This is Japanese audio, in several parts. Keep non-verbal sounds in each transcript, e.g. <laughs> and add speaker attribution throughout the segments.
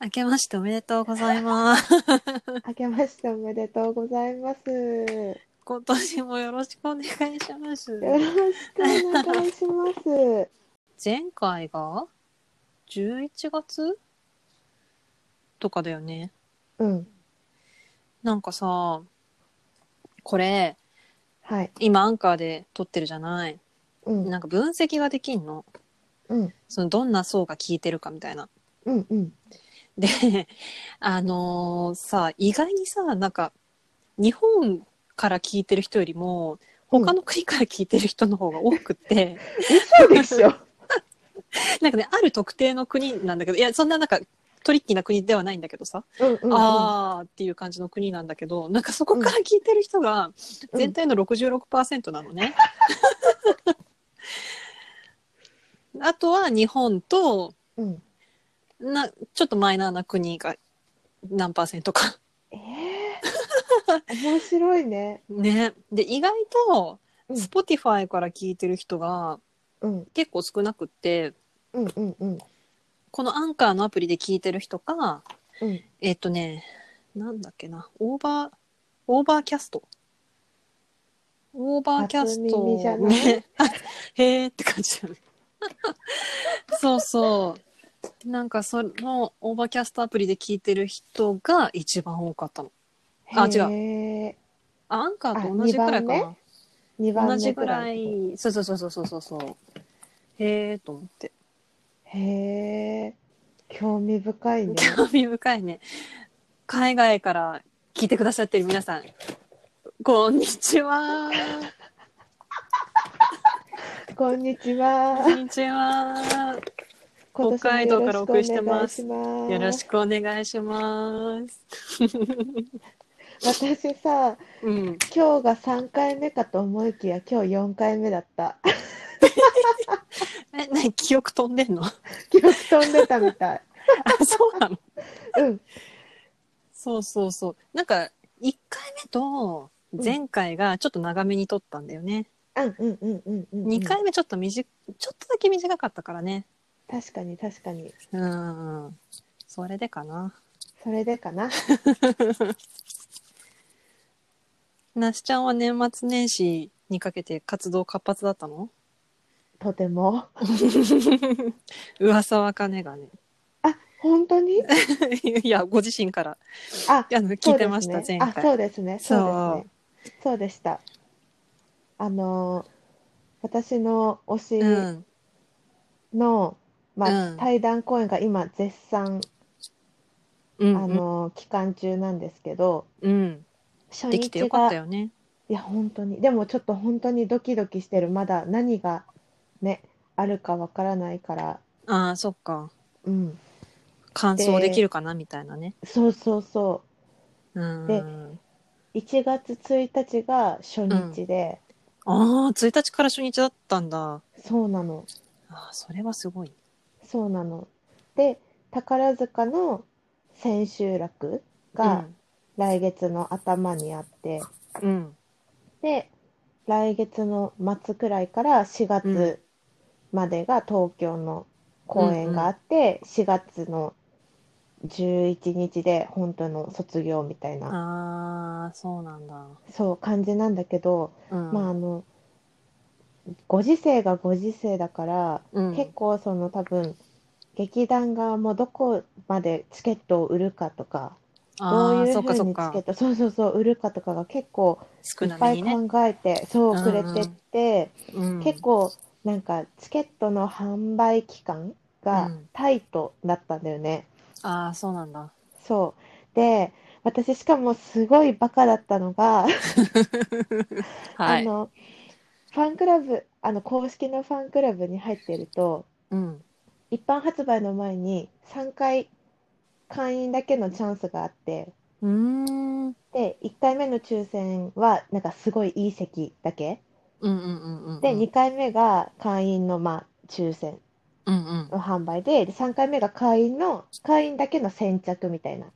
Speaker 1: 明けましておめでとうございます。 <laughs>
Speaker 2: 明けましておめでとうございます。よ
Speaker 1: 今年もよろしくお願いし
Speaker 2: <laughs>
Speaker 1: ます。
Speaker 2: ろしくお願い
Speaker 1: <laughs>
Speaker 2: します。
Speaker 1: 前回が11月とかだよね。
Speaker 2: うん、
Speaker 1: なんかさ、これ、
Speaker 2: はい、
Speaker 1: 今アンカーで撮ってるじゃない。
Speaker 2: うん、
Speaker 1: なんか分析ができんの。
Speaker 2: うん、
Speaker 1: そのどんな層が聞いてるかみたいな。
Speaker 2: うん、うん、
Speaker 1: で、 <laughs> あのーさ、意外にさ、なんか、日本から聞いてる人よりも、他の国から聞いてる人の方が多くって、
Speaker 2: そう
Speaker 1: <laughs>
Speaker 2: でしょ。
Speaker 1: なんかね、ある特定の国なんだけど、いや、そんななんか、トリッキーな国ではないんだけどさ、
Speaker 2: うん、うん、うん、
Speaker 1: あーっていう感じの国なんだけど、なんかそこから聞いてる人が
Speaker 2: うん
Speaker 1: 全体の66%なのね。 <laughs> あとは日本と、
Speaker 2: うん。
Speaker 1: な、ちょっとマイナーな国が何パーセントか。
Speaker 2: ええ面白いね。
Speaker 1: ね。で、意外と、
Speaker 2: うん
Speaker 1: Spotify から聞いてる人が
Speaker 2: うん、
Speaker 1: 結構少なくって、
Speaker 2: うん、うん、うん、
Speaker 1: このアンカーのアプリで聞いてる人か、
Speaker 2: うん。
Speaker 1: えっとね、なんだっけな、オーバー、オーバーキャスト。オーバーキャス
Speaker 2: 初耳じゃ
Speaker 1: ト。
Speaker 2: ない
Speaker 1: ね、 <laughs> へーって感じだね。 <laughs> そうそう。なんかそのオーバーキャストアプリで聞いてる人が一番多かったの。あ違う
Speaker 2: う。
Speaker 1: あアンカーと
Speaker 2: あ
Speaker 1: 同じくらいか
Speaker 2: 二
Speaker 1: な
Speaker 2: 番。二番目
Speaker 1: 同じぐら
Speaker 2: く
Speaker 1: い。そうそうそうそうそうそう。へえと思って。
Speaker 2: らい。へえ。興味深
Speaker 1: <laughs>
Speaker 2: いね。
Speaker 1: 興味深いね。海外から聞いてくださってる皆さん、こんにちは。
Speaker 2: こんにちは
Speaker 1: こ。んにちは。
Speaker 2: 今年も
Speaker 1: 北海道からお送りしてます
Speaker 2: よろくお願いし
Speaker 1: よろしくお願いします。
Speaker 2: 私さ、
Speaker 1: うん。
Speaker 2: 今日が3回目かと思いきや今日4回目だった。
Speaker 1: え、なに記憶飛んでんの <laughs> あ、
Speaker 2: 記憶飛んでたみたい。
Speaker 1: そうなの
Speaker 2: うん。
Speaker 1: そうそうそう。なんか、1回目と前回がちょっと長めに撮ったんだよね。
Speaker 2: うんうんうんうんうん。
Speaker 1: 2回目ちょっと短、ちょっとだけ短かったからね。
Speaker 2: 確かに確かに。
Speaker 1: うん。それでかな。
Speaker 2: それでかな。
Speaker 1: なしちゃんは年末年始にかけて活動活発だった <laughs> の
Speaker 2: とても。
Speaker 1: 噂は金がね。
Speaker 2: あ、本当に
Speaker 1: いや、ご自身から
Speaker 2: あ、
Speaker 1: あの <laughs> 聞いてました、
Speaker 2: そうですね
Speaker 1: 前回。
Speaker 2: あ、そうですね。そ
Speaker 1: そ
Speaker 2: うですね。そうでした。あのー、私の
Speaker 1: う
Speaker 2: 推
Speaker 1: ん。
Speaker 2: しの、まあ、
Speaker 1: うん
Speaker 2: 対談公演が今絶賛、
Speaker 1: う
Speaker 2: あ
Speaker 1: ん。
Speaker 2: のー期間中なんですけど、
Speaker 1: うん。
Speaker 2: 初
Speaker 1: できてよ
Speaker 2: 日
Speaker 1: かっ
Speaker 2: が
Speaker 1: たよね。
Speaker 2: いや、本当に。でもちょっと本当にドキドキしてる。まだ何がね、あるかわからないから。
Speaker 1: ああ、そっか。
Speaker 2: うん。
Speaker 1: 完走できるかなみたいなね。
Speaker 2: そうそうそうで
Speaker 1: ん。
Speaker 2: う。1月1日が初日で、
Speaker 1: ああ、1日から初日だったんだ。
Speaker 2: そうなの。
Speaker 1: ああ、それはすごい。
Speaker 2: そうなの。で、宝塚の千秋楽が来月の頭にあって、
Speaker 1: うん、うん。
Speaker 2: で、来月の末くらいから4
Speaker 1: うん
Speaker 2: 月までが東京の公演があって、4月の11日で本当の卒業みたい
Speaker 1: あ
Speaker 2: な、
Speaker 1: あ、そうなんだ。
Speaker 2: そう感じなんだけど、
Speaker 1: うん。
Speaker 2: まああの、ご時世がご時世だから、
Speaker 1: うん、
Speaker 2: 結構その多分、劇団側もどこまでチケットを売るかとか、どう
Speaker 1: ああ、
Speaker 2: いう
Speaker 1: そっ
Speaker 2: ふ
Speaker 1: かそうっ
Speaker 2: にチ
Speaker 1: か
Speaker 2: ケッ。ト、そうそうそう、売るかとかが結構
Speaker 1: 少
Speaker 2: い
Speaker 1: な
Speaker 2: っぱ
Speaker 1: めに
Speaker 2: い
Speaker 1: ね。
Speaker 2: 考えて、そう、くれ
Speaker 1: うんう
Speaker 2: て
Speaker 1: ん
Speaker 2: って、
Speaker 1: うん
Speaker 2: 結構なんかチケットの販売期間
Speaker 1: う
Speaker 2: が
Speaker 1: ん
Speaker 2: タイトだったんだよね。
Speaker 1: ああ、そうなんだ。
Speaker 2: そう。で、私しかもすごいバカだったのが、
Speaker 1: は
Speaker 2: あ
Speaker 1: い。
Speaker 2: の、ファンクラブ、あの、公式のファンクラブに入ってると、
Speaker 1: うん。
Speaker 2: 一般発売の前に3回会員だけのチャンスがあって、
Speaker 1: うーん。うん
Speaker 2: で、1回目の抽選はなんかすごいいい席だけ。
Speaker 1: うんうんうん。
Speaker 2: で、2回目が会員の、まあ、抽選。
Speaker 1: うんうん。
Speaker 2: の販売で、で3回目が会員の、会員だけの先着みたいな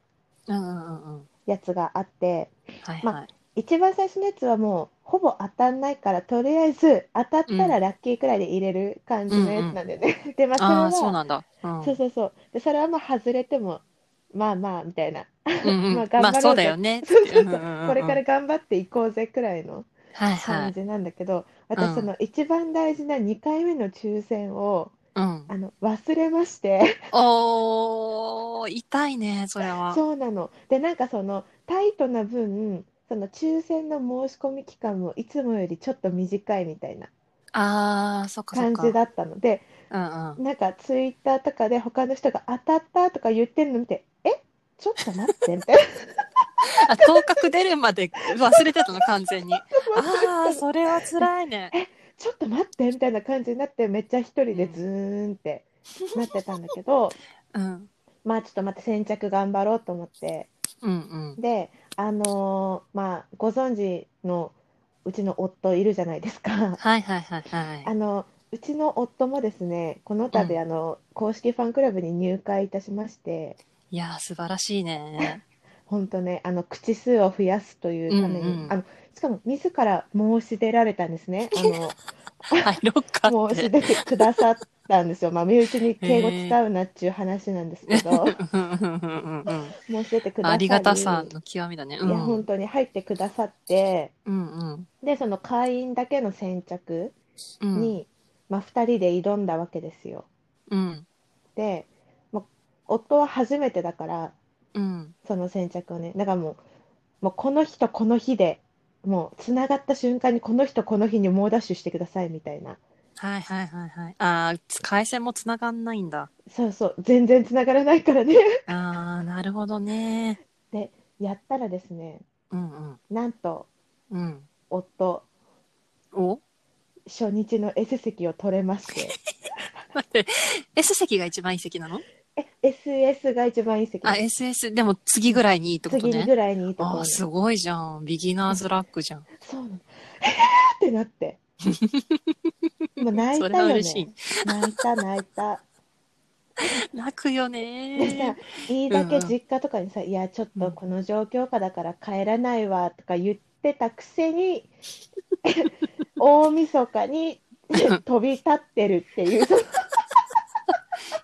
Speaker 1: うんうんうんうん。
Speaker 2: やつがあって、
Speaker 1: はい
Speaker 2: まあ
Speaker 1: はい。
Speaker 2: 一番最初のやつはもうほぼ当たんないから、とりあえず当たったらラッキーくらいで入れる感じのやつなんだよね。で、まあそれ
Speaker 1: あ
Speaker 2: は
Speaker 1: あ、そうなんだ。うん。
Speaker 2: そうそうそう。で、それはまあ外れてもまあまあみたいな、
Speaker 1: うんうん
Speaker 2: まあ頑張ろうぜ
Speaker 1: まあそうだよね
Speaker 2: <laughs> そうそうそうこ
Speaker 1: こ
Speaker 2: れから頑張っていこうぜくらいの
Speaker 1: はいは
Speaker 2: 感
Speaker 1: い
Speaker 2: じなんだけど、
Speaker 1: うん
Speaker 2: 私その一番大事な2回目の抽選を
Speaker 1: うん
Speaker 2: あの忘れまして、
Speaker 1: おー痛いねそれは
Speaker 2: そうなの。でなんかそのタイトな分その抽選の申し込み期間もいつもよりちょっと短いみたいな
Speaker 1: あーそっかそっ
Speaker 2: 感
Speaker 1: か
Speaker 2: じだったので
Speaker 1: うんうん
Speaker 2: なんかツイッターとかで他の人が当たったとか言ってるの見て、え、ちょっと待ってみたい
Speaker 1: <laughs>
Speaker 2: な。
Speaker 1: あ頭角出るまで忘れてたの完全
Speaker 2: <laughs>
Speaker 1: にああーそれは辛いね
Speaker 2: ちょっと待ってみたいな感じになってめっちゃ一人でズーンってなってたんだけど、 <laughs>
Speaker 1: うん
Speaker 2: まあちょっとまた先着頑張ろうと思って
Speaker 1: うんうん
Speaker 2: であのーまあご存知のうちの夫いるじゃないですか
Speaker 1: はいはいはいはい
Speaker 2: あのうちの夫もですねこの度、
Speaker 1: うん
Speaker 2: あの公式ファンクラブに入会いたしまして
Speaker 1: いやー素晴らしいね。
Speaker 2: 本当ねあの口数を増やすというために、
Speaker 1: うんうん
Speaker 2: あのしかも自ら申し出られたんで
Speaker 1: <laughs>
Speaker 2: すねあの
Speaker 1: 入ろうかっ
Speaker 2: 申
Speaker 1: て
Speaker 2: し。出てくださったんですよ、まあ、身内に敬語使うなっていう話なんですけど、
Speaker 1: うんうん
Speaker 2: <laughs>
Speaker 1: うんうん
Speaker 2: 申し出てくださ
Speaker 1: あ
Speaker 2: り、
Speaker 1: りがたさの極みだね。う
Speaker 2: い
Speaker 1: ん、
Speaker 2: や、本当に入ってくださって、
Speaker 1: うんうん
Speaker 2: で、その会員だけの先着
Speaker 1: うん
Speaker 2: に、まあ、2人で挑んだわけですよ。
Speaker 1: うん
Speaker 2: で、まあ、夫は初めてだから、
Speaker 1: うん
Speaker 2: その先着をね、だからもう、もうこの日とこの日で、もうつながった瞬間にこの日とこの日に猛ダッシュしてくださいみたいな。
Speaker 1: はいはいはいはい。ああ回線もつながんないんだ。
Speaker 2: そうそう、全然つながらないからね。 <laughs>
Speaker 1: ああなるほどね。
Speaker 2: やったらですね、
Speaker 1: うん
Speaker 2: なんと、
Speaker 1: うんうん。
Speaker 2: 夫、
Speaker 1: お
Speaker 2: 初日の S 席を取れまして、
Speaker 1: 待って <laughs> S 席が一番いい席なの？
Speaker 2: え、SS が一番いい席
Speaker 1: あ SS でも次ぐらいにいいってこと
Speaker 2: 次
Speaker 1: ね。
Speaker 2: ぐらいにいいとこ
Speaker 1: あ
Speaker 2: ろ
Speaker 1: あ
Speaker 2: に。
Speaker 1: すごいじゃん。ビギナーズラックじゃん。
Speaker 2: そうなの。えーって
Speaker 1: <laughs>
Speaker 2: なって。もう泣い
Speaker 1: それ
Speaker 2: た
Speaker 1: は
Speaker 2: よね
Speaker 1: 嬉しい。
Speaker 2: 泣いた泣いた。
Speaker 1: 泣くよ
Speaker 2: でさ
Speaker 1: ね。、
Speaker 2: いいだけ実家とかにさ、いや、ちょっとこの状況下だから帰らないわとか言ってたくせ
Speaker 1: <laughs>
Speaker 2: に、大晦日に飛び立ってるっ
Speaker 1: <laughs>
Speaker 2: ていう。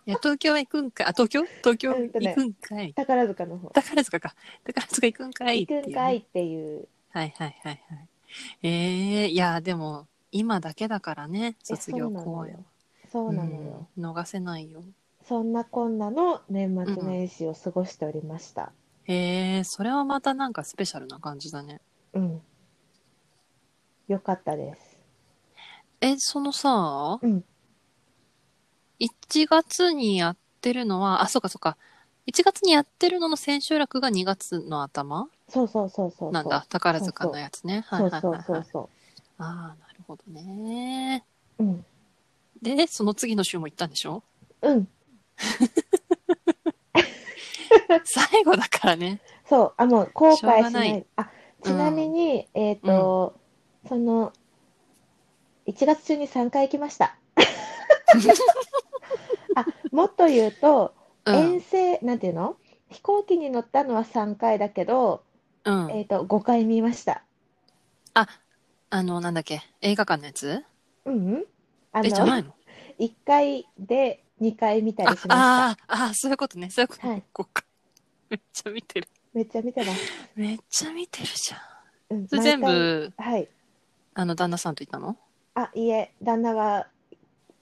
Speaker 1: いや東京へ行くんかいあ東京東京
Speaker 2: うんとね
Speaker 1: 行くんかい
Speaker 2: 宝塚の方。
Speaker 1: 宝塚か宝塚行くんかいっ
Speaker 2: 行
Speaker 1: ていう
Speaker 2: く
Speaker 1: ね、
Speaker 2: んかいっていう。
Speaker 1: はいはいはいはいえー、いやでも今だけだからね卒業公演は
Speaker 2: そうなのよ。
Speaker 1: うん逃せないよ
Speaker 2: そんなこんなの年末年始を過ごしておりました。
Speaker 1: えー、それはまたなんかスペシャルな感じだね
Speaker 2: うん。よかったです。
Speaker 1: えそのさ、
Speaker 2: うん
Speaker 1: 1月にやってるのはあそうかそうか1月にやってるのの千秋楽が2月の頭
Speaker 2: そうそうそうそうそう。
Speaker 1: なんだ宝塚のやつねはいは
Speaker 2: そう
Speaker 1: いはい
Speaker 2: そうそ
Speaker 1: は
Speaker 2: う
Speaker 1: い
Speaker 2: そ
Speaker 1: ああなるほどね
Speaker 2: う。うん。
Speaker 1: で、その次の週も行ったんでしょ <laughs>
Speaker 2: うん。
Speaker 1: 最後だからね。
Speaker 2: そう。あ、もう後悔し
Speaker 1: しょうが
Speaker 2: な
Speaker 1: ないい。
Speaker 2: あ、ちなみに、えっと、その、1月中に3回行き
Speaker 1: <laughs>
Speaker 2: ました。あ、もっと言うと、
Speaker 1: うん
Speaker 2: 遠。征、なんていうの飛行機に乗ったのは3回だけど、
Speaker 1: うん
Speaker 2: えっと、5回見ました。
Speaker 1: あの、なんだっけ、映画館のやつ
Speaker 2: うんうん。あ
Speaker 1: え、じゃ
Speaker 2: の、
Speaker 1: ないの
Speaker 2: 1回で2回見た
Speaker 1: あ
Speaker 2: りしました。
Speaker 1: あー、あーそういうことね。そういうこと、
Speaker 2: はい
Speaker 1: こっか <laughs> めっちゃ見てる。
Speaker 2: めっちゃ見てます。
Speaker 1: めっちゃ見てるじゃん。
Speaker 2: うん、
Speaker 1: それ
Speaker 2: 毎
Speaker 1: 全
Speaker 2: 回、
Speaker 1: 部、
Speaker 2: はい。
Speaker 1: あの、旦那さんと行ったの
Speaker 2: あ、いいえ、旦那は、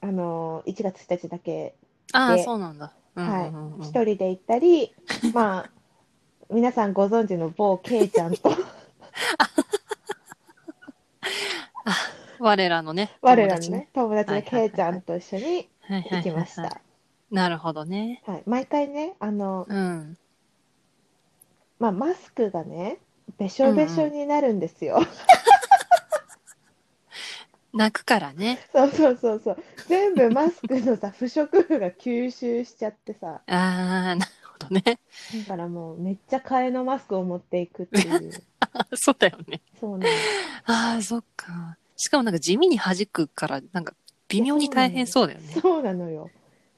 Speaker 2: あのー、1月1日だけ、
Speaker 1: ああ、
Speaker 2: で
Speaker 1: そうなんだ。うんうん
Speaker 2: はい
Speaker 1: うんうん
Speaker 2: 一人で行っ
Speaker 1: <laughs>
Speaker 2: たり、まあ、皆さんご存知の某ケイちゃんと、
Speaker 1: <laughs> 我らのね。
Speaker 2: 我ら
Speaker 1: 友
Speaker 2: の
Speaker 1: 達
Speaker 2: ね、。友達のケイちゃんと一緒に
Speaker 1: はいはいはいは
Speaker 2: 行
Speaker 1: い
Speaker 2: きました。
Speaker 1: なるほどね。
Speaker 2: はい。毎回ね、あの、
Speaker 1: うん。
Speaker 2: まあ、マスクがね、べしょべしょになるんですよ。
Speaker 1: 泣くからね。
Speaker 2: <laughs> そうそうそうそう。全部マスクのさ、不織布が吸収しちゃってさ、
Speaker 1: ああ、なるほどね。 <laughs>
Speaker 2: だからもうめっちゃ替えのマスクを持っていくって
Speaker 1: <laughs>
Speaker 2: いう。
Speaker 1: あそうだよね。
Speaker 2: そうなの。
Speaker 1: ああ、そっか。しかもなんか地味に弾くから、なんか微妙に大変そうだよね。
Speaker 2: そうなのよ。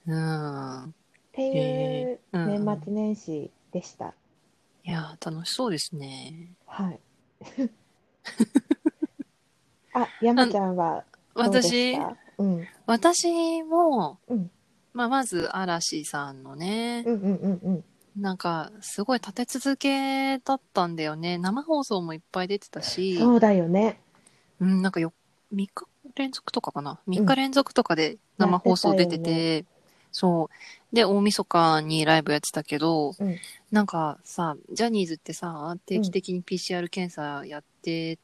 Speaker 1: うん。
Speaker 2: っていう
Speaker 1: えーうん
Speaker 2: 年末年始でした。
Speaker 1: いやー、楽しそうですね。 <laughs>
Speaker 2: はい。あ、山ちゃんはどうでし
Speaker 1: 私、
Speaker 2: たうん。うん
Speaker 1: 私も、
Speaker 2: うん
Speaker 1: まあ、まず嵐さんのね、
Speaker 2: うんうんうん。
Speaker 1: なんか、すごい立て続けだったんだよね。生放送もいっぱい出てたし、
Speaker 2: そうだよね。
Speaker 1: うん、なんかよ、3日連続とかかな。3日連続とかで生放送出て、
Speaker 2: やって
Speaker 1: そう。で、大晦日にライブやってたけど、
Speaker 2: うん
Speaker 1: なんかさ、ジャニーズってさ、定期的に PCR 検査やって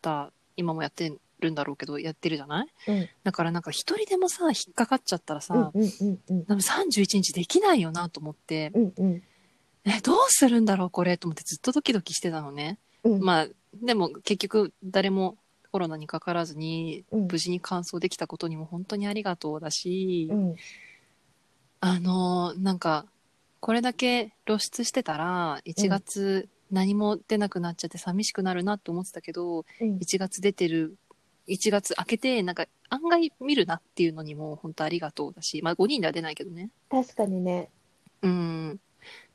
Speaker 1: た、今もやってるんだろうけど、やってるじゃない
Speaker 2: うん
Speaker 1: だからなんか一人でもさ、引っかかっちゃったらさ、
Speaker 2: うんうんうんうん
Speaker 1: 多分31日できないよなと思って、
Speaker 2: うんうん
Speaker 1: え、どうするんだろうこれと思ってずっとドキドキしてたのね。
Speaker 2: うん
Speaker 1: まあ、でも結局誰もコロナにかからずに、
Speaker 2: うん
Speaker 1: 無事に完走できたことにも本当にありがとうだし、
Speaker 2: うん
Speaker 1: あのーなんか、これだけ露出してたら、1月何も出なくなっちゃって寂しくなるなって思ってたけど、
Speaker 2: うん
Speaker 1: 1月出てる、1月明けて、なんか案外見るなっていうのにも本当ありがとうだし、まあ5人では出ないけどね。
Speaker 2: 確かにね。
Speaker 1: うん。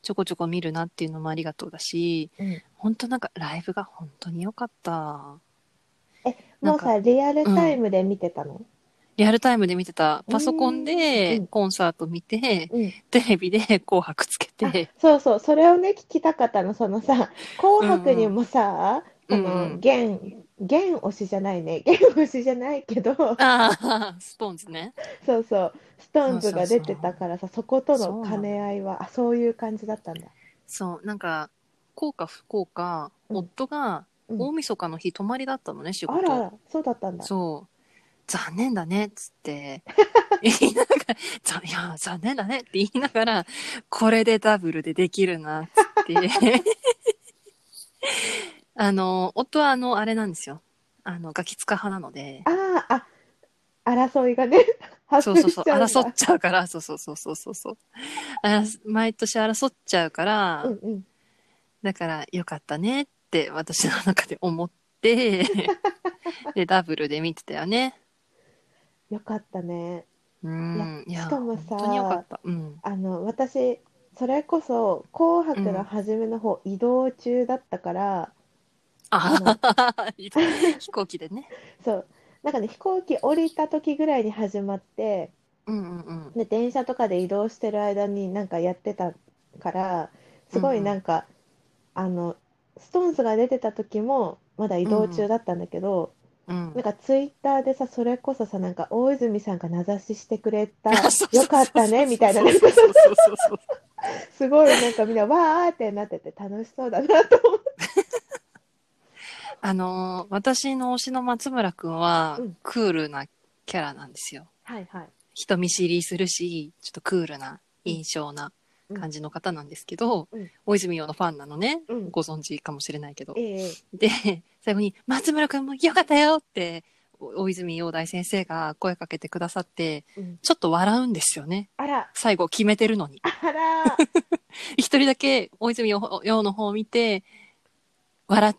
Speaker 1: ちょこちょこ見るなっていうのもありがとうだし、
Speaker 2: うん
Speaker 1: 本当なんかライブが本当に良かった。な
Speaker 2: も
Speaker 1: ん
Speaker 2: う
Speaker 1: か
Speaker 2: さ、リアルタイムで見てたの
Speaker 1: リアルタイムで見てた。パソコン
Speaker 2: う
Speaker 1: で
Speaker 2: ん
Speaker 1: コンサート見て、
Speaker 2: うん。
Speaker 1: テレビで紅白つけ
Speaker 2: あ
Speaker 1: て、
Speaker 2: そうそう、それをね、聞きたかったの、そのさ、紅白にもさ、
Speaker 1: う
Speaker 2: そ
Speaker 1: んうんうんう
Speaker 2: の、
Speaker 1: ん
Speaker 2: 弦、弦推しじゃないね、弦 <laughs> 推しじゃないけど、
Speaker 1: ああ、ストーンズね。
Speaker 2: そうそう、ストーンズが出てたからさ、そことの兼ね合いは、あ、そういう感じだったんだ。
Speaker 1: そう、なんか、こうか不幸か、
Speaker 2: うん
Speaker 1: 夫が
Speaker 2: うん
Speaker 1: 大晦日の日泊まりだったのね、仕
Speaker 2: あらあ
Speaker 1: 事。
Speaker 2: ら、そうだったんだ。
Speaker 1: そう。残念だね、っつって。言いながら、 <laughs> ざいや、残念だねって言いながら、これでダブルでできるな、っつって。 <laughs> あの、夫はあの、あれなんですよ。あの、ガキ使派なので。
Speaker 2: ああ、あ、争いがね、 <laughs> 発
Speaker 1: そ
Speaker 2: 生
Speaker 1: うそうそう、
Speaker 2: しちゃうんだ
Speaker 1: 争っちゃうから、そうそうそうそうそうそう。あら毎年争っちゃうから、
Speaker 2: うんうん。
Speaker 1: だからよかったねって私の中で思って、で、ダブルで見てたよね。
Speaker 2: よかったね。
Speaker 1: うん。いや、
Speaker 2: しかもさ
Speaker 1: 本当によかった。うん。
Speaker 2: あの、私、それこそ、紅白の初めの方、移動中だったから、
Speaker 1: あ
Speaker 2: <laughs>
Speaker 1: 飛行機でね。
Speaker 2: そう、なんかね、飛行機降りた時ぐらいに始まって、
Speaker 1: うんうんうん。
Speaker 2: で、電車とかで移動してる間になんかやってたから、すごいなんか、あの、ストーンズが出てた時も、まだ移動中だったんだけど、
Speaker 1: うん
Speaker 2: なんかツイッターでさ、それこそさ、なんか大泉さんが名指ししてくれた、
Speaker 1: あ <laughs> そうそうそう
Speaker 2: よかったね、みたいな、
Speaker 1: そう
Speaker 2: なん
Speaker 1: そ
Speaker 2: か
Speaker 1: うそうそうそう。
Speaker 2: すごいなんかみんなわーってなってて楽しそうだなと思って。
Speaker 1: あのー、私の推しの松村くんは
Speaker 2: うん、
Speaker 1: クールなキャラなんですよ。
Speaker 2: はいはい。
Speaker 1: 人見知りするし、ちょっとクールな印象な感じの方なんですけど、
Speaker 2: うん
Speaker 1: 大泉洋のファンなのね、
Speaker 2: うん。
Speaker 1: ご存知かもしれないけど。
Speaker 2: ええ
Speaker 1: で、 <laughs> 最後に、松村くんもよかったよって、お大泉洋大先生が声かけてくださって、
Speaker 2: うん
Speaker 1: ちょっと笑うんですよね。
Speaker 2: あら、
Speaker 1: 最後決めてるのに。 <laughs>
Speaker 2: あら、
Speaker 1: 一人だけ大泉洋の方を見て、笑っ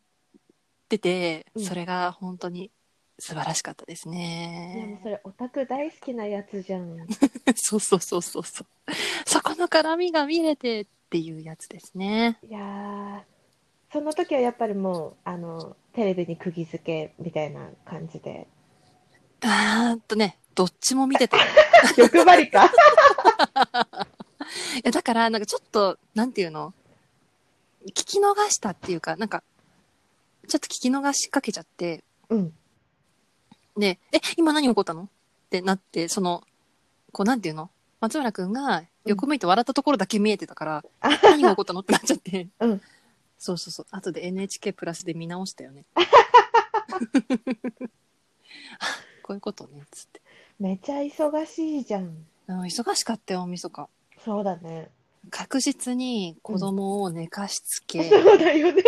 Speaker 1: てて、
Speaker 2: うん
Speaker 1: それが本当に素晴らしかったです
Speaker 2: いやもう
Speaker 1: ね。
Speaker 2: それオタク大好きなやつじゃん。
Speaker 1: <laughs> そうそうそうそうそう。そこの絡みが見れてっていうやつですね。
Speaker 2: いやー、その時はやっぱりもう、あの、テレビに釘付けみたいな感
Speaker 1: <laughs>
Speaker 2: じで。
Speaker 1: だーっとね、どっちも見てた。い
Speaker 2: 欲張りか
Speaker 1: や、だから、なんかちょっと、なんていうの聞き逃したっていうか、なんか、ちょっと聞き逃しかけちゃって、
Speaker 2: うん。
Speaker 1: で、え、今何起こったのってなって、その、こう、なんていうの松村くんが横向いて笑ったところだけ見えてたから、
Speaker 2: あ
Speaker 1: 何が起こったのってなっちゃって。
Speaker 2: うん
Speaker 1: そうそうそう。後で NHK プラスで見直したよね。 <laughs> こういうことね、つって。
Speaker 2: めちゃ忙しいじゃん。
Speaker 1: うん忙しかったよ、大晦日。
Speaker 2: そうだね。
Speaker 1: 確実に子供を寝かしつけ、
Speaker 2: そうだよね。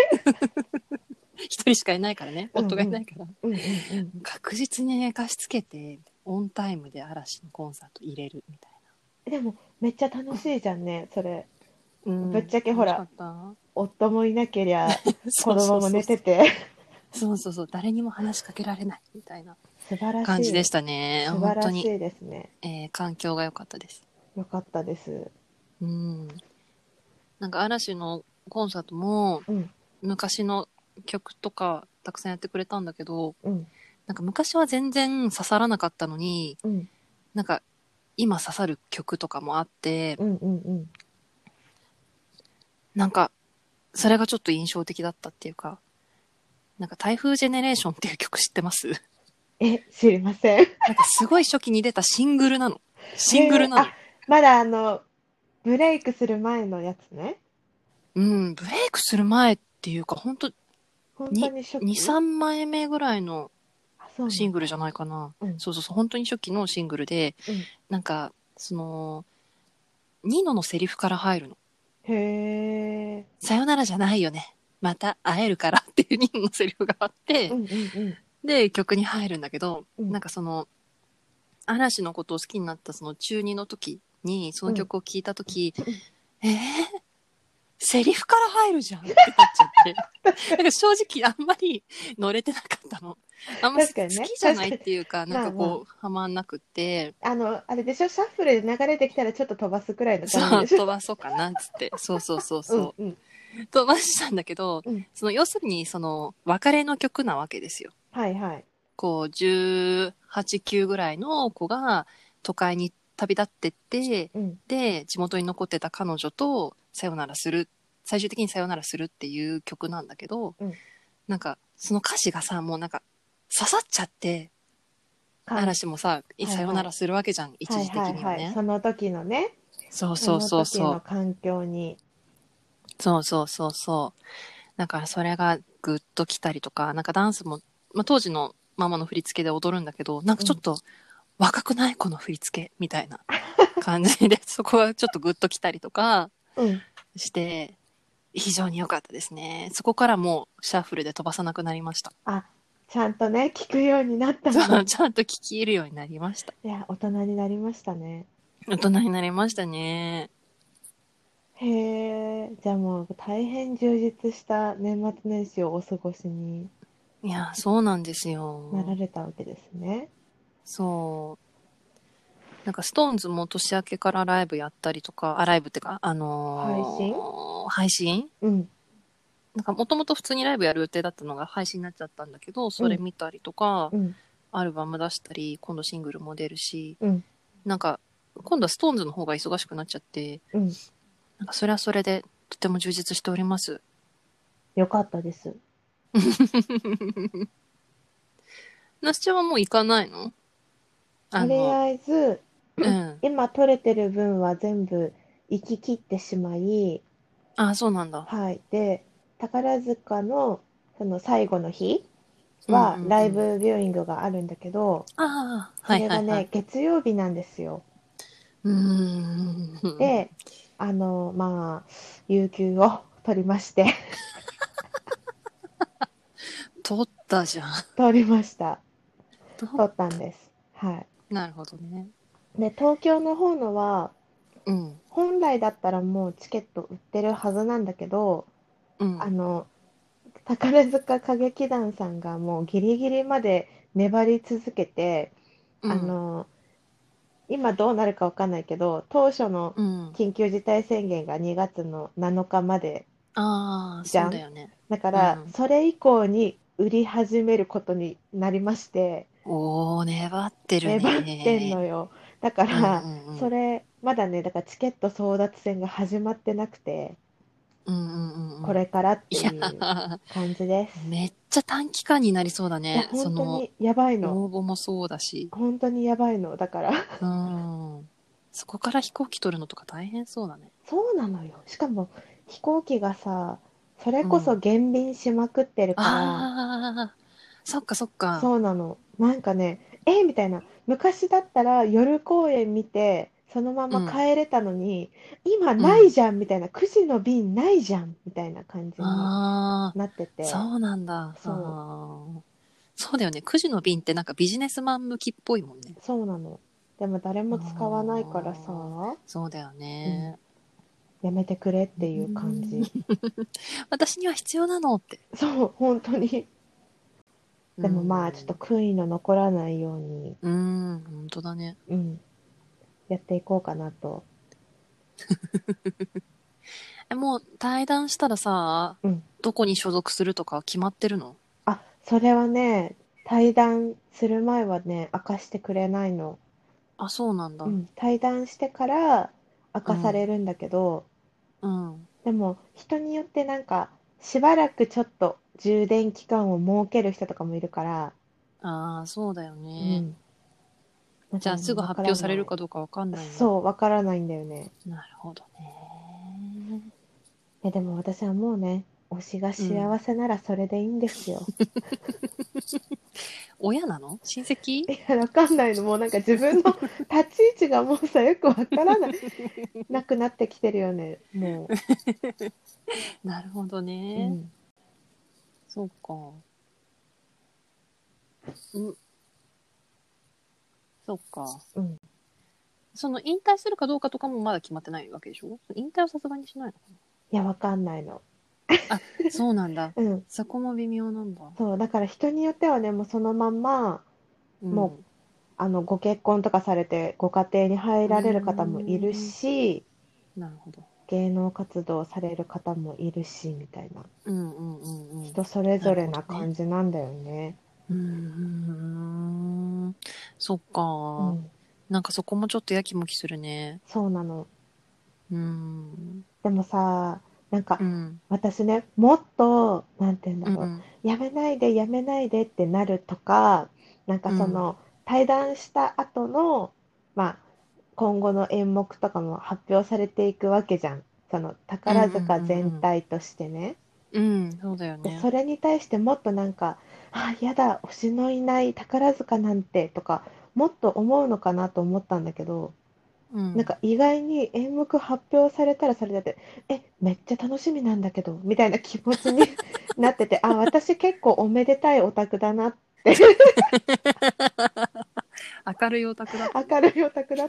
Speaker 1: 一人しかいないからね、
Speaker 2: うんうん
Speaker 1: 夫がいないから。
Speaker 2: うんうんうん。
Speaker 1: 確実に寝かしつけて、オンタイムで嵐のコンサート入れるみたい
Speaker 2: でも、めっちゃ楽しいじゃんね、それ。
Speaker 1: な。うん
Speaker 2: ぶっちゃけほら
Speaker 1: 楽しかっ
Speaker 2: 夫もいなけ
Speaker 1: <laughs>
Speaker 2: りゃ、
Speaker 1: た
Speaker 2: 子供も寝てて。
Speaker 1: そうそうそう、誰にも話しかけられないみたいな
Speaker 2: 素晴らしい。
Speaker 1: 感じでしたね。
Speaker 2: 素
Speaker 1: 本当
Speaker 2: 晴らし
Speaker 1: に、
Speaker 2: いですね。
Speaker 1: えー環境が良かったです。
Speaker 2: よかったです。
Speaker 1: うん。なんか嵐のコンサートも
Speaker 2: うん
Speaker 1: 昔の曲とかたくさんやってくれたんだけど、
Speaker 2: うん
Speaker 1: なんか昔は全然刺さらなかったのに、
Speaker 2: うん
Speaker 1: なんか今刺さる曲とかもあって、
Speaker 2: うんうんうん。
Speaker 1: なんか、それがちょっと印象的だったっていうか、なんか台風ジェネレーションっていう曲知って
Speaker 2: <laughs>
Speaker 1: ます
Speaker 2: え、知りません。 <laughs>
Speaker 1: なんかすごい初期に出たシングルなの。シングルなの
Speaker 2: えー。あまだあの、ブレイクする前のやつね。
Speaker 1: うん、ブレイクする前っていうか、ほんと2、
Speaker 2: 本当に初期。
Speaker 1: 3枚目ぐらいの
Speaker 2: あそうなんだ
Speaker 1: シングルじゃないかな。
Speaker 2: うん
Speaker 1: そうそうそう、本当に初期のシングルで、
Speaker 2: うん
Speaker 1: なんか、その、ニノのセリフから入るの。
Speaker 2: へえ。
Speaker 1: さよならじゃないよね。また会えるからっていうニノのセリフがあって、
Speaker 2: うんうんうん。
Speaker 1: で、曲に入るんだけど、
Speaker 2: うん
Speaker 1: なんかその、嵐のことを好きになったその中二の時に、その曲を聴いた時、えー、セリフから入るじゃんってなっちゃ
Speaker 2: <laughs>
Speaker 1: って。なんか正直あんまり乗れてなかったの。あんま好
Speaker 2: 確かにね
Speaker 1: きじゃないっていうか、
Speaker 2: 確か
Speaker 1: な
Speaker 2: に
Speaker 1: んかこう、はまんなくって、
Speaker 2: あの、あれでしょ、シャッフルで流れてきたらちょっと飛ばすくらいの
Speaker 1: そ
Speaker 2: 感
Speaker 1: う、
Speaker 2: じでし
Speaker 1: 飛
Speaker 2: ょ。。
Speaker 1: ばそうかなっつって。そうそうそうそう
Speaker 2: んうん。
Speaker 1: う。飛ばしたんだけど
Speaker 2: うん、
Speaker 1: その、要するにその、別れの曲なわけですよ。
Speaker 2: はいはい。
Speaker 1: こう、18、9ぐらいの子が都会に旅立ってって、
Speaker 2: うん。
Speaker 1: で、地元に残ってた彼女とさよならする、最終的にさよならするっていう曲なんだけど、
Speaker 2: うん
Speaker 1: なんか、その歌詞がさ、もうなんか、刺さっちゃって、嵐もさ、
Speaker 2: いはい
Speaker 1: さよならするわけじゃん、一時的には
Speaker 2: はいはいはい。
Speaker 1: ね。
Speaker 2: その時のね、
Speaker 1: そうそうそう
Speaker 2: そ
Speaker 1: そ
Speaker 2: の時の
Speaker 1: う。
Speaker 2: 環境に。
Speaker 1: そうそうそうそう。だからそれがグッときたりとか、なんかダンスも、まあ、当時のママの振り付けで踊るんだけど、なんかちょっと若くないこの振り付けみたいな感じで、そこはちょっとグッときたりとか
Speaker 2: うん。
Speaker 1: して、非常に良かったですね。そこからもうシャッフルで飛ばさなくなりました。
Speaker 2: あ、ちゃんとね、聞くようになったも
Speaker 1: そ
Speaker 2: の。
Speaker 1: うちゃんと聞き入るようになりました。
Speaker 2: いや、大人になりましたね。
Speaker 1: 大人になりましたね。
Speaker 2: へえ。じゃあもう大変充実した年末年始をお過ごしに
Speaker 1: いや、そうなんですよ。
Speaker 2: なられたわけですね。
Speaker 1: そう。なんか、ストーンズも年明けからライブやったりとか、あ、ライブってか、あのー配信
Speaker 2: うん。
Speaker 1: なんか、もともと普通にライブやる予定だったのが配信になっちゃったんだけど、それ見たりとか、
Speaker 2: うん。
Speaker 1: アルバム出したり、今度シングルも出るし、
Speaker 2: うん
Speaker 1: なんか、今度はストーンズの方が忙しくなっちゃって、
Speaker 2: うん。
Speaker 1: なんか、それはそれで、とても充実しております。
Speaker 2: よかったです。
Speaker 1: なすちゃんはもう行かないの
Speaker 2: と
Speaker 1: あ
Speaker 2: り
Speaker 1: の、
Speaker 2: あえず、
Speaker 1: うん。
Speaker 2: 今取れてる分は全部行き切ってしまい、
Speaker 1: あ、そうなんだ。
Speaker 2: はい。で、宝塚のその最後の日
Speaker 1: う
Speaker 2: は
Speaker 1: んうんうん
Speaker 2: ライブビューイングがあるんだけど、
Speaker 1: ああ、
Speaker 2: そ
Speaker 1: はい
Speaker 2: れ
Speaker 1: は
Speaker 2: が
Speaker 1: い、は
Speaker 2: ね
Speaker 1: い。、
Speaker 2: 月曜日なんですよ。
Speaker 1: うーん。
Speaker 2: で、あの、まあ、有給を取りまして、 <laughs>
Speaker 1: 取ったじゃん。
Speaker 2: 取りました。取ったんです。は
Speaker 1: なるほどね。
Speaker 2: い。で、東京の方のは、
Speaker 1: うん。
Speaker 2: 本来だったらもうチケット売ってるはずなんだけど、
Speaker 1: うん。
Speaker 2: あの宝塚歌劇団さんがもうギリギリまで粘り続けて、
Speaker 1: うん
Speaker 2: あ、の今どうなるかわかんないけど当初の
Speaker 1: うん。
Speaker 2: 緊急事態宣言が2月の7日まで
Speaker 1: ああ、
Speaker 2: じ
Speaker 1: そ
Speaker 2: ゃ
Speaker 1: うんだよね。
Speaker 2: だから、
Speaker 1: うん
Speaker 2: それ以降に売り始めることになりまして
Speaker 1: おー、粘ってるね。
Speaker 2: 粘ってんのよだから、
Speaker 1: うんうんうん
Speaker 2: <laughs> それまだねだからチケット争奪戦が始まってなくて
Speaker 1: うんうんうんうん。
Speaker 2: こ。れからって
Speaker 1: い
Speaker 2: い
Speaker 1: や
Speaker 2: う感じです。
Speaker 1: めっちゃ短期間になりそうだ
Speaker 2: いや
Speaker 1: ね。そ
Speaker 2: 本当
Speaker 1: の、
Speaker 2: にやばいの。
Speaker 1: 応募もそうだし。
Speaker 2: 本当にやばいの。だから、
Speaker 1: うん。そこから飛行機取るのとか大変そうだね。
Speaker 2: そうなのよ。しかも、飛行機がさ、それこそ減便しまくってるか
Speaker 1: ああ、そっかそっ
Speaker 2: ら、
Speaker 1: か。
Speaker 2: そうなの。なんかね、えみたいな。昔だったら夜公演見て、そのまま帰れたのに、今ないじゃんみたいな、9時の便ないじゃんみたいな感じにな
Speaker 1: あ
Speaker 2: ってて、
Speaker 1: あ、そうなんだ。
Speaker 2: そう
Speaker 1: あーそうだよね。9時の便ってなんかビジネスマン向きっぽいもんね。
Speaker 2: そうなの。でも誰も使わないからさ、
Speaker 1: そうだよね。
Speaker 2: やめてくれっていう感
Speaker 1: う
Speaker 2: じ。
Speaker 1: 私には必要なのって。
Speaker 2: そう、本当に。でもま
Speaker 1: う
Speaker 2: あ、
Speaker 1: ん
Speaker 2: ちょっと悔いの残らないように、
Speaker 1: うん、本当だね。
Speaker 2: うん、やっていこうかなと。
Speaker 1: え、もう対談したらさ、
Speaker 2: うん
Speaker 1: どこに所属するとか決まってるの
Speaker 2: あ、それはね、対談する前はね、明かしてくれないの。
Speaker 1: あ、そうなんだ。
Speaker 2: うん、対談してから明かされるんだけど、
Speaker 1: うん。
Speaker 2: でも人によってなんかしばらくちょっと充電期間を設ける人とかもいるから、
Speaker 1: ああ、そうだよ
Speaker 2: う
Speaker 1: ね。
Speaker 2: ん、だ
Speaker 1: じゃ
Speaker 2: から
Speaker 1: あすぐ
Speaker 2: わ
Speaker 1: 発
Speaker 2: からない
Speaker 1: 表されるかどうかわかんないね
Speaker 2: そうわからないんだよね
Speaker 1: なるほどね。
Speaker 2: えでも私はもうね推しが幸せならそれでいいんですよ、
Speaker 1: 親なの親戚
Speaker 2: いやわかんないのもうなんか自分
Speaker 1: <laughs>
Speaker 2: の立ち位置がもうさよくわからないなくなってきてるよねもう、
Speaker 1: なるほど
Speaker 2: う
Speaker 1: ね。
Speaker 2: ん、
Speaker 1: そうか。うん。そうか。
Speaker 2: うん
Speaker 1: その引退するかどうかとかもまだ決まってないわけでしょ引退はさすがにしない
Speaker 2: いやわかんないの
Speaker 1: のそうなんだ。
Speaker 2: うん
Speaker 1: そこも微妙なんだ。
Speaker 2: そうだから人によってはねもうそのまんま
Speaker 1: うん
Speaker 2: もあのご結婚とかされてご家庭に入られる方もいるし
Speaker 1: なるほど。
Speaker 2: 芸能活動される方もいるしみたいな
Speaker 1: うんうんうんうん。
Speaker 2: 人それぞれな感じなんだよね。
Speaker 1: うーん。そっか、
Speaker 2: うん、
Speaker 1: なんかそこもちょっとやきもきするね。
Speaker 2: そうなの
Speaker 1: うーん。
Speaker 2: でもさなんか
Speaker 1: うん。
Speaker 2: 私ねもっとなんて言うんだ
Speaker 1: うん
Speaker 2: ろう、
Speaker 1: うん。
Speaker 2: やめないでやめないでってなるとかなんかその、対談した後のまあ今後の演目とかも発表されていくわけじゃんその宝塚全体としてね、
Speaker 1: うん、そうだよ
Speaker 2: で
Speaker 1: ね。
Speaker 2: それに対してもっとなんか「あやだ推しのいない宝塚なんて」とかもっと思うのかなと思ったんだけど、
Speaker 1: うん、
Speaker 2: なんか意外に演目発表されたらそれだって「えめっちゃ楽しみなんだけど」みたいな気持ち
Speaker 1: <laughs>
Speaker 2: になっててあ私結構おめでたいオタクだな
Speaker 1: 明るいオタクだ。
Speaker 2: 明るいオタクだっ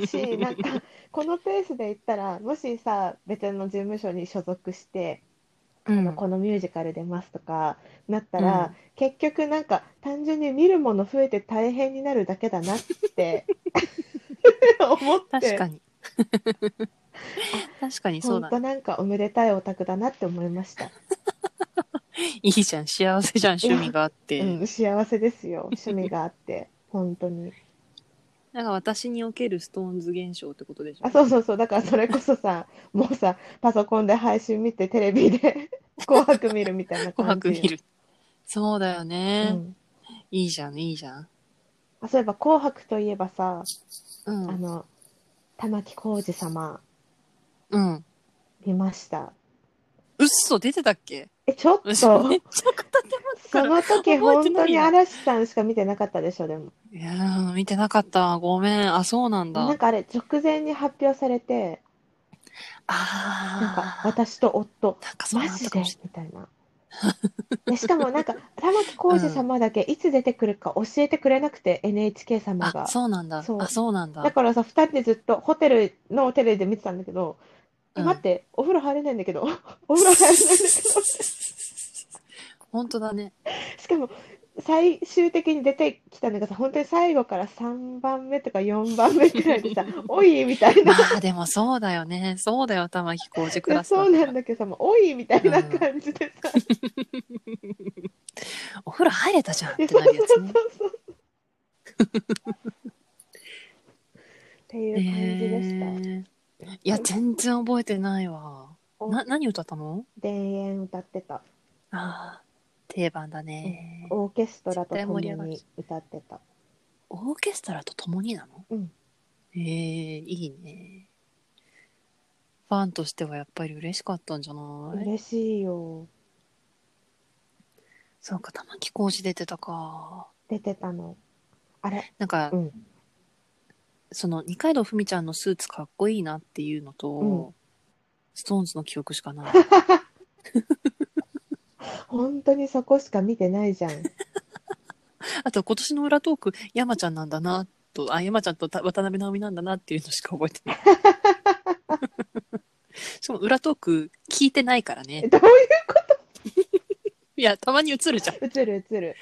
Speaker 2: たしなんかこのペースでいったらもしさ別の事務所に所属して、
Speaker 1: うん
Speaker 2: あのこのミュージカル出ますとかなったら、結局なんか単純に見るもの増えて大変になるだけだなって
Speaker 1: <laughs>
Speaker 2: 思っ
Speaker 1: 確
Speaker 2: て
Speaker 1: かに。確かにそう
Speaker 2: 本
Speaker 1: だ、ね。
Speaker 2: 当なんかおめでたいオタクだなって思いました。
Speaker 1: いいじゃん、幸せじゃん、趣味があって。
Speaker 2: うん、幸せで
Speaker 1: <laughs>
Speaker 2: すよ趣味があって本当に
Speaker 1: なんか私におけるストーンズ現象ってことでしょ
Speaker 2: あそうそうそうだからそれこそ
Speaker 1: <laughs>
Speaker 2: さもうさパソコンで配信見てテレ
Speaker 1: <laughs>
Speaker 2: ビで紅白見るみたいな
Speaker 1: 紅
Speaker 2: 感じ
Speaker 1: 白
Speaker 2: よ
Speaker 1: 見る。そうだよね、
Speaker 2: うん、
Speaker 1: いいじゃん、いいじゃん。
Speaker 2: あそういえば「紅白」といえばさ
Speaker 1: う
Speaker 2: あ
Speaker 1: ん。
Speaker 2: の玉置浩二様
Speaker 1: うん。
Speaker 2: 見ました
Speaker 1: うっそ、出てたっけ
Speaker 2: えちょっと
Speaker 1: 私
Speaker 2: そ
Speaker 1: めっちゃ語ってますから。
Speaker 2: の時
Speaker 1: 覚えて
Speaker 2: 本
Speaker 1: な
Speaker 2: 当
Speaker 1: い
Speaker 2: に
Speaker 1: よ
Speaker 2: 嵐さんしか見てなかったでしょでも
Speaker 1: いやー、見てなかった。ごめん。あ、そうなんだ。
Speaker 2: なんかあれ直前に発表されて
Speaker 1: あー
Speaker 2: なんか私と夫
Speaker 1: なんかそう
Speaker 2: マ
Speaker 1: なっ
Speaker 2: ジ
Speaker 1: たか
Speaker 2: でみ
Speaker 1: もしれ
Speaker 2: たいな。でしかもな
Speaker 1: <laughs>
Speaker 2: んか玉置浩二様だけいつ出てくるか教えてくれなくて NHK 様
Speaker 1: ない。あ、
Speaker 2: が
Speaker 1: そうなんだ
Speaker 2: そう。
Speaker 1: あ、そうなんだ。
Speaker 2: だからさ2人でずっとホテルのテレビで見てたんだけど、え
Speaker 1: うん
Speaker 2: 待ってお風呂入れないんだけど <laughs> お風呂入れないんだけど
Speaker 1: <laughs> 本当だね。
Speaker 2: しかも最終的に出てきたのがさ本当に最後から3番目とか4番目くらいでさ
Speaker 1: <laughs>
Speaker 2: 「おい!」みたい
Speaker 1: ま
Speaker 2: な
Speaker 1: あでもそうだよね。そうだよ、玉置浩二ク
Speaker 2: で
Speaker 1: ラスだ
Speaker 2: そ
Speaker 1: っ
Speaker 2: う
Speaker 1: たら
Speaker 2: なんだけどさ「もうおい!」みたいな感じでさ、
Speaker 1: お風呂入れたじゃんっ
Speaker 2: で
Speaker 1: て
Speaker 2: そう
Speaker 1: な
Speaker 2: そう
Speaker 1: るやつね。
Speaker 2: そうそう。って <laughs> いう感じでした。
Speaker 1: えーいや、全然覚えてないわ。な、何歌ったの
Speaker 2: 田園歌ってた。
Speaker 1: ああ、定番だね。
Speaker 2: オーケストラ
Speaker 1: 絶
Speaker 2: と
Speaker 1: 対
Speaker 2: 共
Speaker 1: 盛り上がる
Speaker 2: に歌ってた。
Speaker 1: オーケストラと共になの
Speaker 2: うん。
Speaker 1: ええいいね。ファンとしてはやっぱり嬉しかったんじゃない
Speaker 2: 嬉しいよ。
Speaker 1: そうか、玉置浩二出てたか。
Speaker 2: 出てたの。あれ、
Speaker 1: なんか、
Speaker 2: うん
Speaker 1: その二階堂ふみちゃんのスーツかっこいいなっていうのと、
Speaker 2: う
Speaker 1: ストーンズの記憶しか
Speaker 2: <laughs>
Speaker 1: ない。
Speaker 2: 本当にそこしか見てない
Speaker 1: <laughs>
Speaker 2: じゃん。
Speaker 1: あと今年の裏トーク、山ちゃんなんだなと、あ、山ちゃんとた渡辺直美なんだなっていうのしか覚えて
Speaker 2: <laughs>
Speaker 1: ない。しかも裏トーク聞いてないから
Speaker 2: え
Speaker 1: ね。
Speaker 2: どういう
Speaker 1: いや、たまに映るじゃん。
Speaker 2: 映る映る。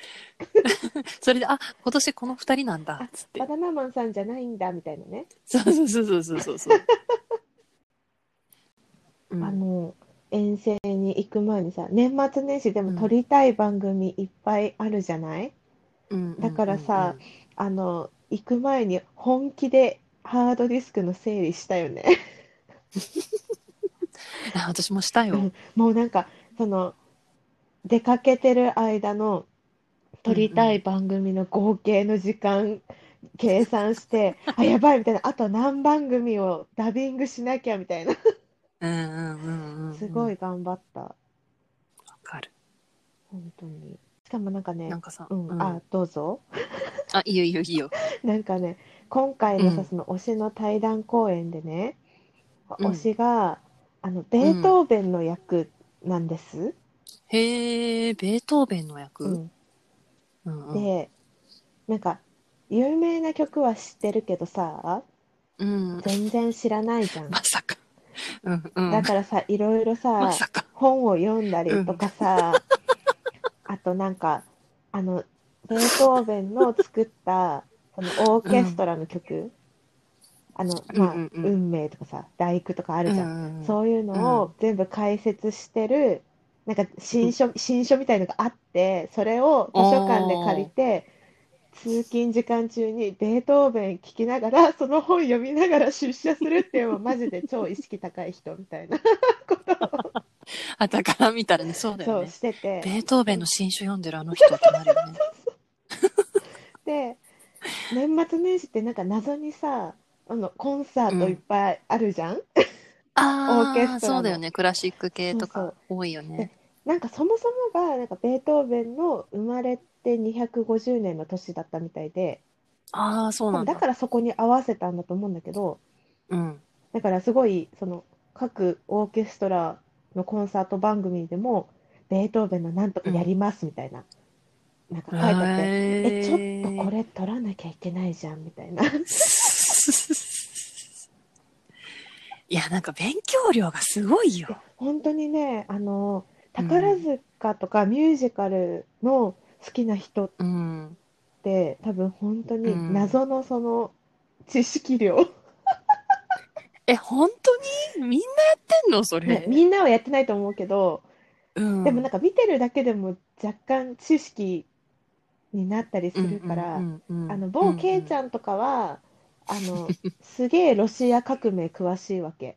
Speaker 1: それで、あ、今年この二人なんだ、つって
Speaker 2: バ。ナナマンさんじゃないんだみたいなね。
Speaker 1: そうそうそうそうそう
Speaker 2: <laughs>
Speaker 1: そう。う
Speaker 2: あ
Speaker 1: ん、
Speaker 2: の、遠征に行く前にさ、年末年始でも撮りたい番組いっぱいあるじゃない、
Speaker 1: うん
Speaker 2: だからさ、あの、行く前に本気でハードディスクの整理したよね。
Speaker 1: あ私もしたよ。
Speaker 2: <laughs> もうなんかその出かけてる間の撮りたい番組の合計の時間計算して、あやばいみたいなあと何番組をダビングしなきゃみたいな
Speaker 1: うんうんうんうん。
Speaker 2: すご
Speaker 1: わ
Speaker 2: い頑張った
Speaker 1: かる。
Speaker 2: 本当にしかもなんかね
Speaker 1: なんかさ、
Speaker 2: うん、
Speaker 1: うん
Speaker 2: あどうぞ
Speaker 1: あいいよいいよいいよ。
Speaker 2: なんかね今回のさ、
Speaker 1: うん
Speaker 2: その推しの対談公演でね
Speaker 1: うん
Speaker 2: 推しが、あのベートーベンの役なんです、
Speaker 1: へえ、ベートーベンの役。
Speaker 2: うん、
Speaker 1: うんうん、
Speaker 2: でなんか有名な曲は知ってるけどさ
Speaker 1: うん、
Speaker 2: 全然知らないじゃん
Speaker 1: まさか。うんうん。
Speaker 2: だからさいろいろ
Speaker 1: ま
Speaker 2: さ
Speaker 1: さか。
Speaker 2: 本を読んだりとかさあとなんかあのベートーベンの作ったそのオーケストラの曲あのまあ
Speaker 1: うんうんうん
Speaker 2: 運命とかさ第九とかあ
Speaker 1: あ
Speaker 2: るじゃん
Speaker 1: んうん、
Speaker 2: そういうのを全部解説してる、なんか新書、新書みたいのがあって、それを図書館で借りて、通勤時間中にベートーベン聞きながら、
Speaker 1: <laughs>
Speaker 2: その本読みながら出社するっていうのは、マジで超意識高い人みたいなことを、
Speaker 1: あだから見たらねそうだ
Speaker 2: そ
Speaker 1: よ
Speaker 2: う
Speaker 1: ね
Speaker 2: してて
Speaker 1: ベ、ートーベンの新書読んでるあの人ってなる
Speaker 2: <laughs>
Speaker 1: よね
Speaker 2: で、年末年始ってなんか謎にさ、あのコンサートいっぱいあるじゃん、
Speaker 1: あ
Speaker 2: オーケ
Speaker 1: あ
Speaker 2: ストラの
Speaker 1: そうだよねクラシック系と
Speaker 2: そう
Speaker 1: か多いよね
Speaker 2: なんかそもそもがなんかベートーベンの生まれて250年の年だったみたいで、
Speaker 1: ああそう
Speaker 2: 多
Speaker 1: な
Speaker 2: 分
Speaker 1: ん
Speaker 2: だ
Speaker 1: だ
Speaker 2: からそこに合わせたんだと思うんだけど
Speaker 1: うん
Speaker 2: だからすごいその各オーケストラのコンサート番組でもベートーベンのなんとかやりますみたいな、なんか書いてあって、え
Speaker 1: え
Speaker 2: ちょっとこれ取らなきゃいけないじゃんみたいな
Speaker 1: <laughs> いやなんか勉強量がすごいよ
Speaker 2: 本当にねあの
Speaker 1: うん
Speaker 2: 宝塚とかミュージカルの好きな人っ
Speaker 1: うん
Speaker 2: て多分本当
Speaker 1: う
Speaker 2: に
Speaker 1: ん
Speaker 2: 謎のその知識量、
Speaker 1: え本当にみんなやってんのそれ、
Speaker 2: ねみんなはやってないと思うけど
Speaker 1: うん、
Speaker 2: でもなんか見てるだけでも若干知識になったりするから、
Speaker 1: うんうんうんうん
Speaker 2: あの某ケイちゃんとか
Speaker 1: <laughs>
Speaker 2: は、あのすげえロシア革命詳しいわけ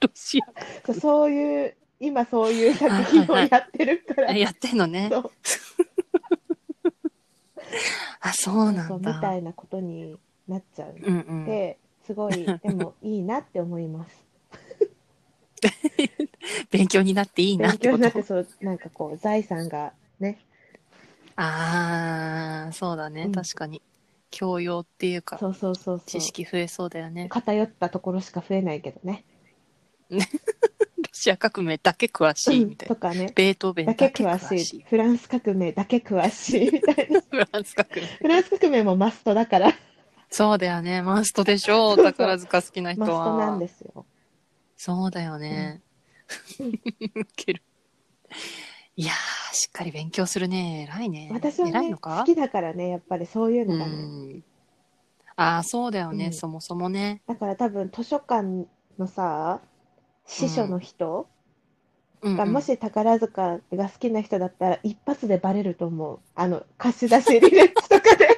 Speaker 1: ロシ
Speaker 2: そうそういう今そういう作品を
Speaker 1: はいはいは
Speaker 2: や
Speaker 1: <laughs> い
Speaker 2: ってるか
Speaker 1: ア
Speaker 2: ら
Speaker 1: えやってんのね
Speaker 2: そう
Speaker 1: あそうな
Speaker 2: そうそうんみ
Speaker 1: だ
Speaker 2: たいなことになっちゃう
Speaker 1: うんうん
Speaker 2: ですごいでもいいなって思います。
Speaker 1: 勉強になって <laughs> いいな
Speaker 2: 勉
Speaker 1: って
Speaker 2: 強
Speaker 1: こ
Speaker 2: になって
Speaker 1: と
Speaker 2: そうなんかこう財産がね
Speaker 1: ああそうだね、
Speaker 2: うん
Speaker 1: 確かに教養っていうか
Speaker 2: そうそうそうそ
Speaker 1: 知
Speaker 2: う
Speaker 1: 識増えそうだよね
Speaker 2: 偏ったところしか増えないけど
Speaker 1: <laughs>
Speaker 2: ね。
Speaker 1: ロシア革命だけ詳しいみたいな、
Speaker 2: とかね
Speaker 1: ベートーベン
Speaker 2: だ
Speaker 1: だ
Speaker 2: け
Speaker 1: け
Speaker 2: 詳
Speaker 1: 詳
Speaker 2: し
Speaker 1: し
Speaker 2: い
Speaker 1: い
Speaker 2: フランス革命だけ詳しいみたい
Speaker 1: <laughs>
Speaker 2: な
Speaker 1: フランス革命
Speaker 2: フランス革命もマストだから
Speaker 1: そうだよねマストでしょう
Speaker 2: そうそう
Speaker 1: 宝塚好きな人
Speaker 2: マ
Speaker 1: は
Speaker 2: ストなんですよ
Speaker 1: そうだよね、
Speaker 2: うん
Speaker 1: ウケるいやーしっかり勉強するね偉いね
Speaker 2: 私は
Speaker 1: 偉い
Speaker 2: ね
Speaker 1: のか
Speaker 2: 好きだからねやっぱりそうい
Speaker 1: う
Speaker 2: うのがね、
Speaker 1: んああそうだよね、
Speaker 2: うん
Speaker 1: そもそもね
Speaker 2: だから多分図書館のさ司書の人
Speaker 1: うん
Speaker 2: が
Speaker 1: うん
Speaker 2: もし宝塚が好きな人だったら一発でバレると思うあの貸し出し履歴と
Speaker 1: <laughs>
Speaker 2: かで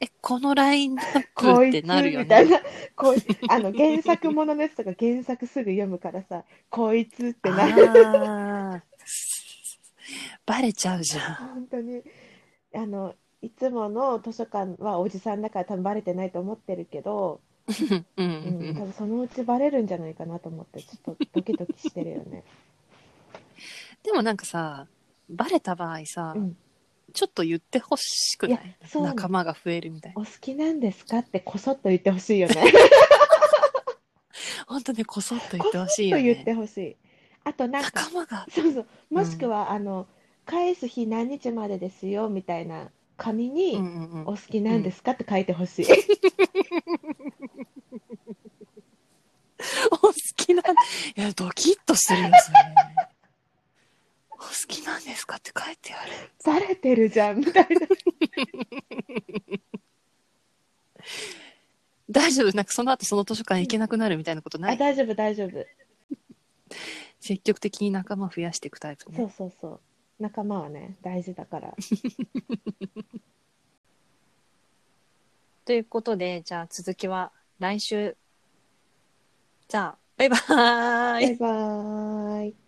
Speaker 1: えこのラインナッ
Speaker 2: こ
Speaker 1: プっ
Speaker 2: い
Speaker 1: て
Speaker 2: つ
Speaker 1: なるよ
Speaker 2: みたい
Speaker 1: ね
Speaker 2: なこいあの原作もののやつとか原作すぐ読むからさこいつってなる
Speaker 1: あーバレちゃうじゃん
Speaker 2: 本当にあのいつもの図書館はおじさんだから多分バレてないと思ってるけど、
Speaker 1: うんう
Speaker 2: うん
Speaker 1: んうん
Speaker 2: 多分そのうちバレるんじゃないかなと思ってちょっとドキドキしてるよね。
Speaker 1: でもなんかさバレた場合さ、
Speaker 2: うん
Speaker 1: ちょっと言ってほしく
Speaker 2: い
Speaker 1: <laughs> な
Speaker 2: や
Speaker 1: い
Speaker 2: そうなの
Speaker 1: 仲間が増えるみたいな
Speaker 2: お好きなんですかってこそっと言ってほしいよね。
Speaker 1: ほんとねこそっと言
Speaker 2: こ
Speaker 1: って
Speaker 2: そっ
Speaker 1: ほ
Speaker 2: と
Speaker 1: しいよ
Speaker 2: 言っ
Speaker 1: ね
Speaker 2: てほしい。あとなんか
Speaker 1: 仲間が
Speaker 2: そうそうもしくは、あの返す日何日までですよみたいな紙に、
Speaker 1: うんうんう
Speaker 2: お
Speaker 1: ん
Speaker 2: 好きなんですかって書いてほしい。
Speaker 1: お好きなんいやドキッとするよそれお好きなんですかって書いてある
Speaker 2: <laughs> バレてるじゃんみたいな。
Speaker 1: 大丈夫なんかその後その図書館行けなくなるみたいなことな
Speaker 2: あ
Speaker 1: い
Speaker 2: 大丈夫大丈夫。
Speaker 1: 積極的に仲間増やしていくタイプ
Speaker 2: そ
Speaker 1: ね
Speaker 2: うそうそう。仲間はね大事だから。
Speaker 1: ということで、じゃあ続きは来週。じゃあ、バイバーイ
Speaker 2: バイバーイ。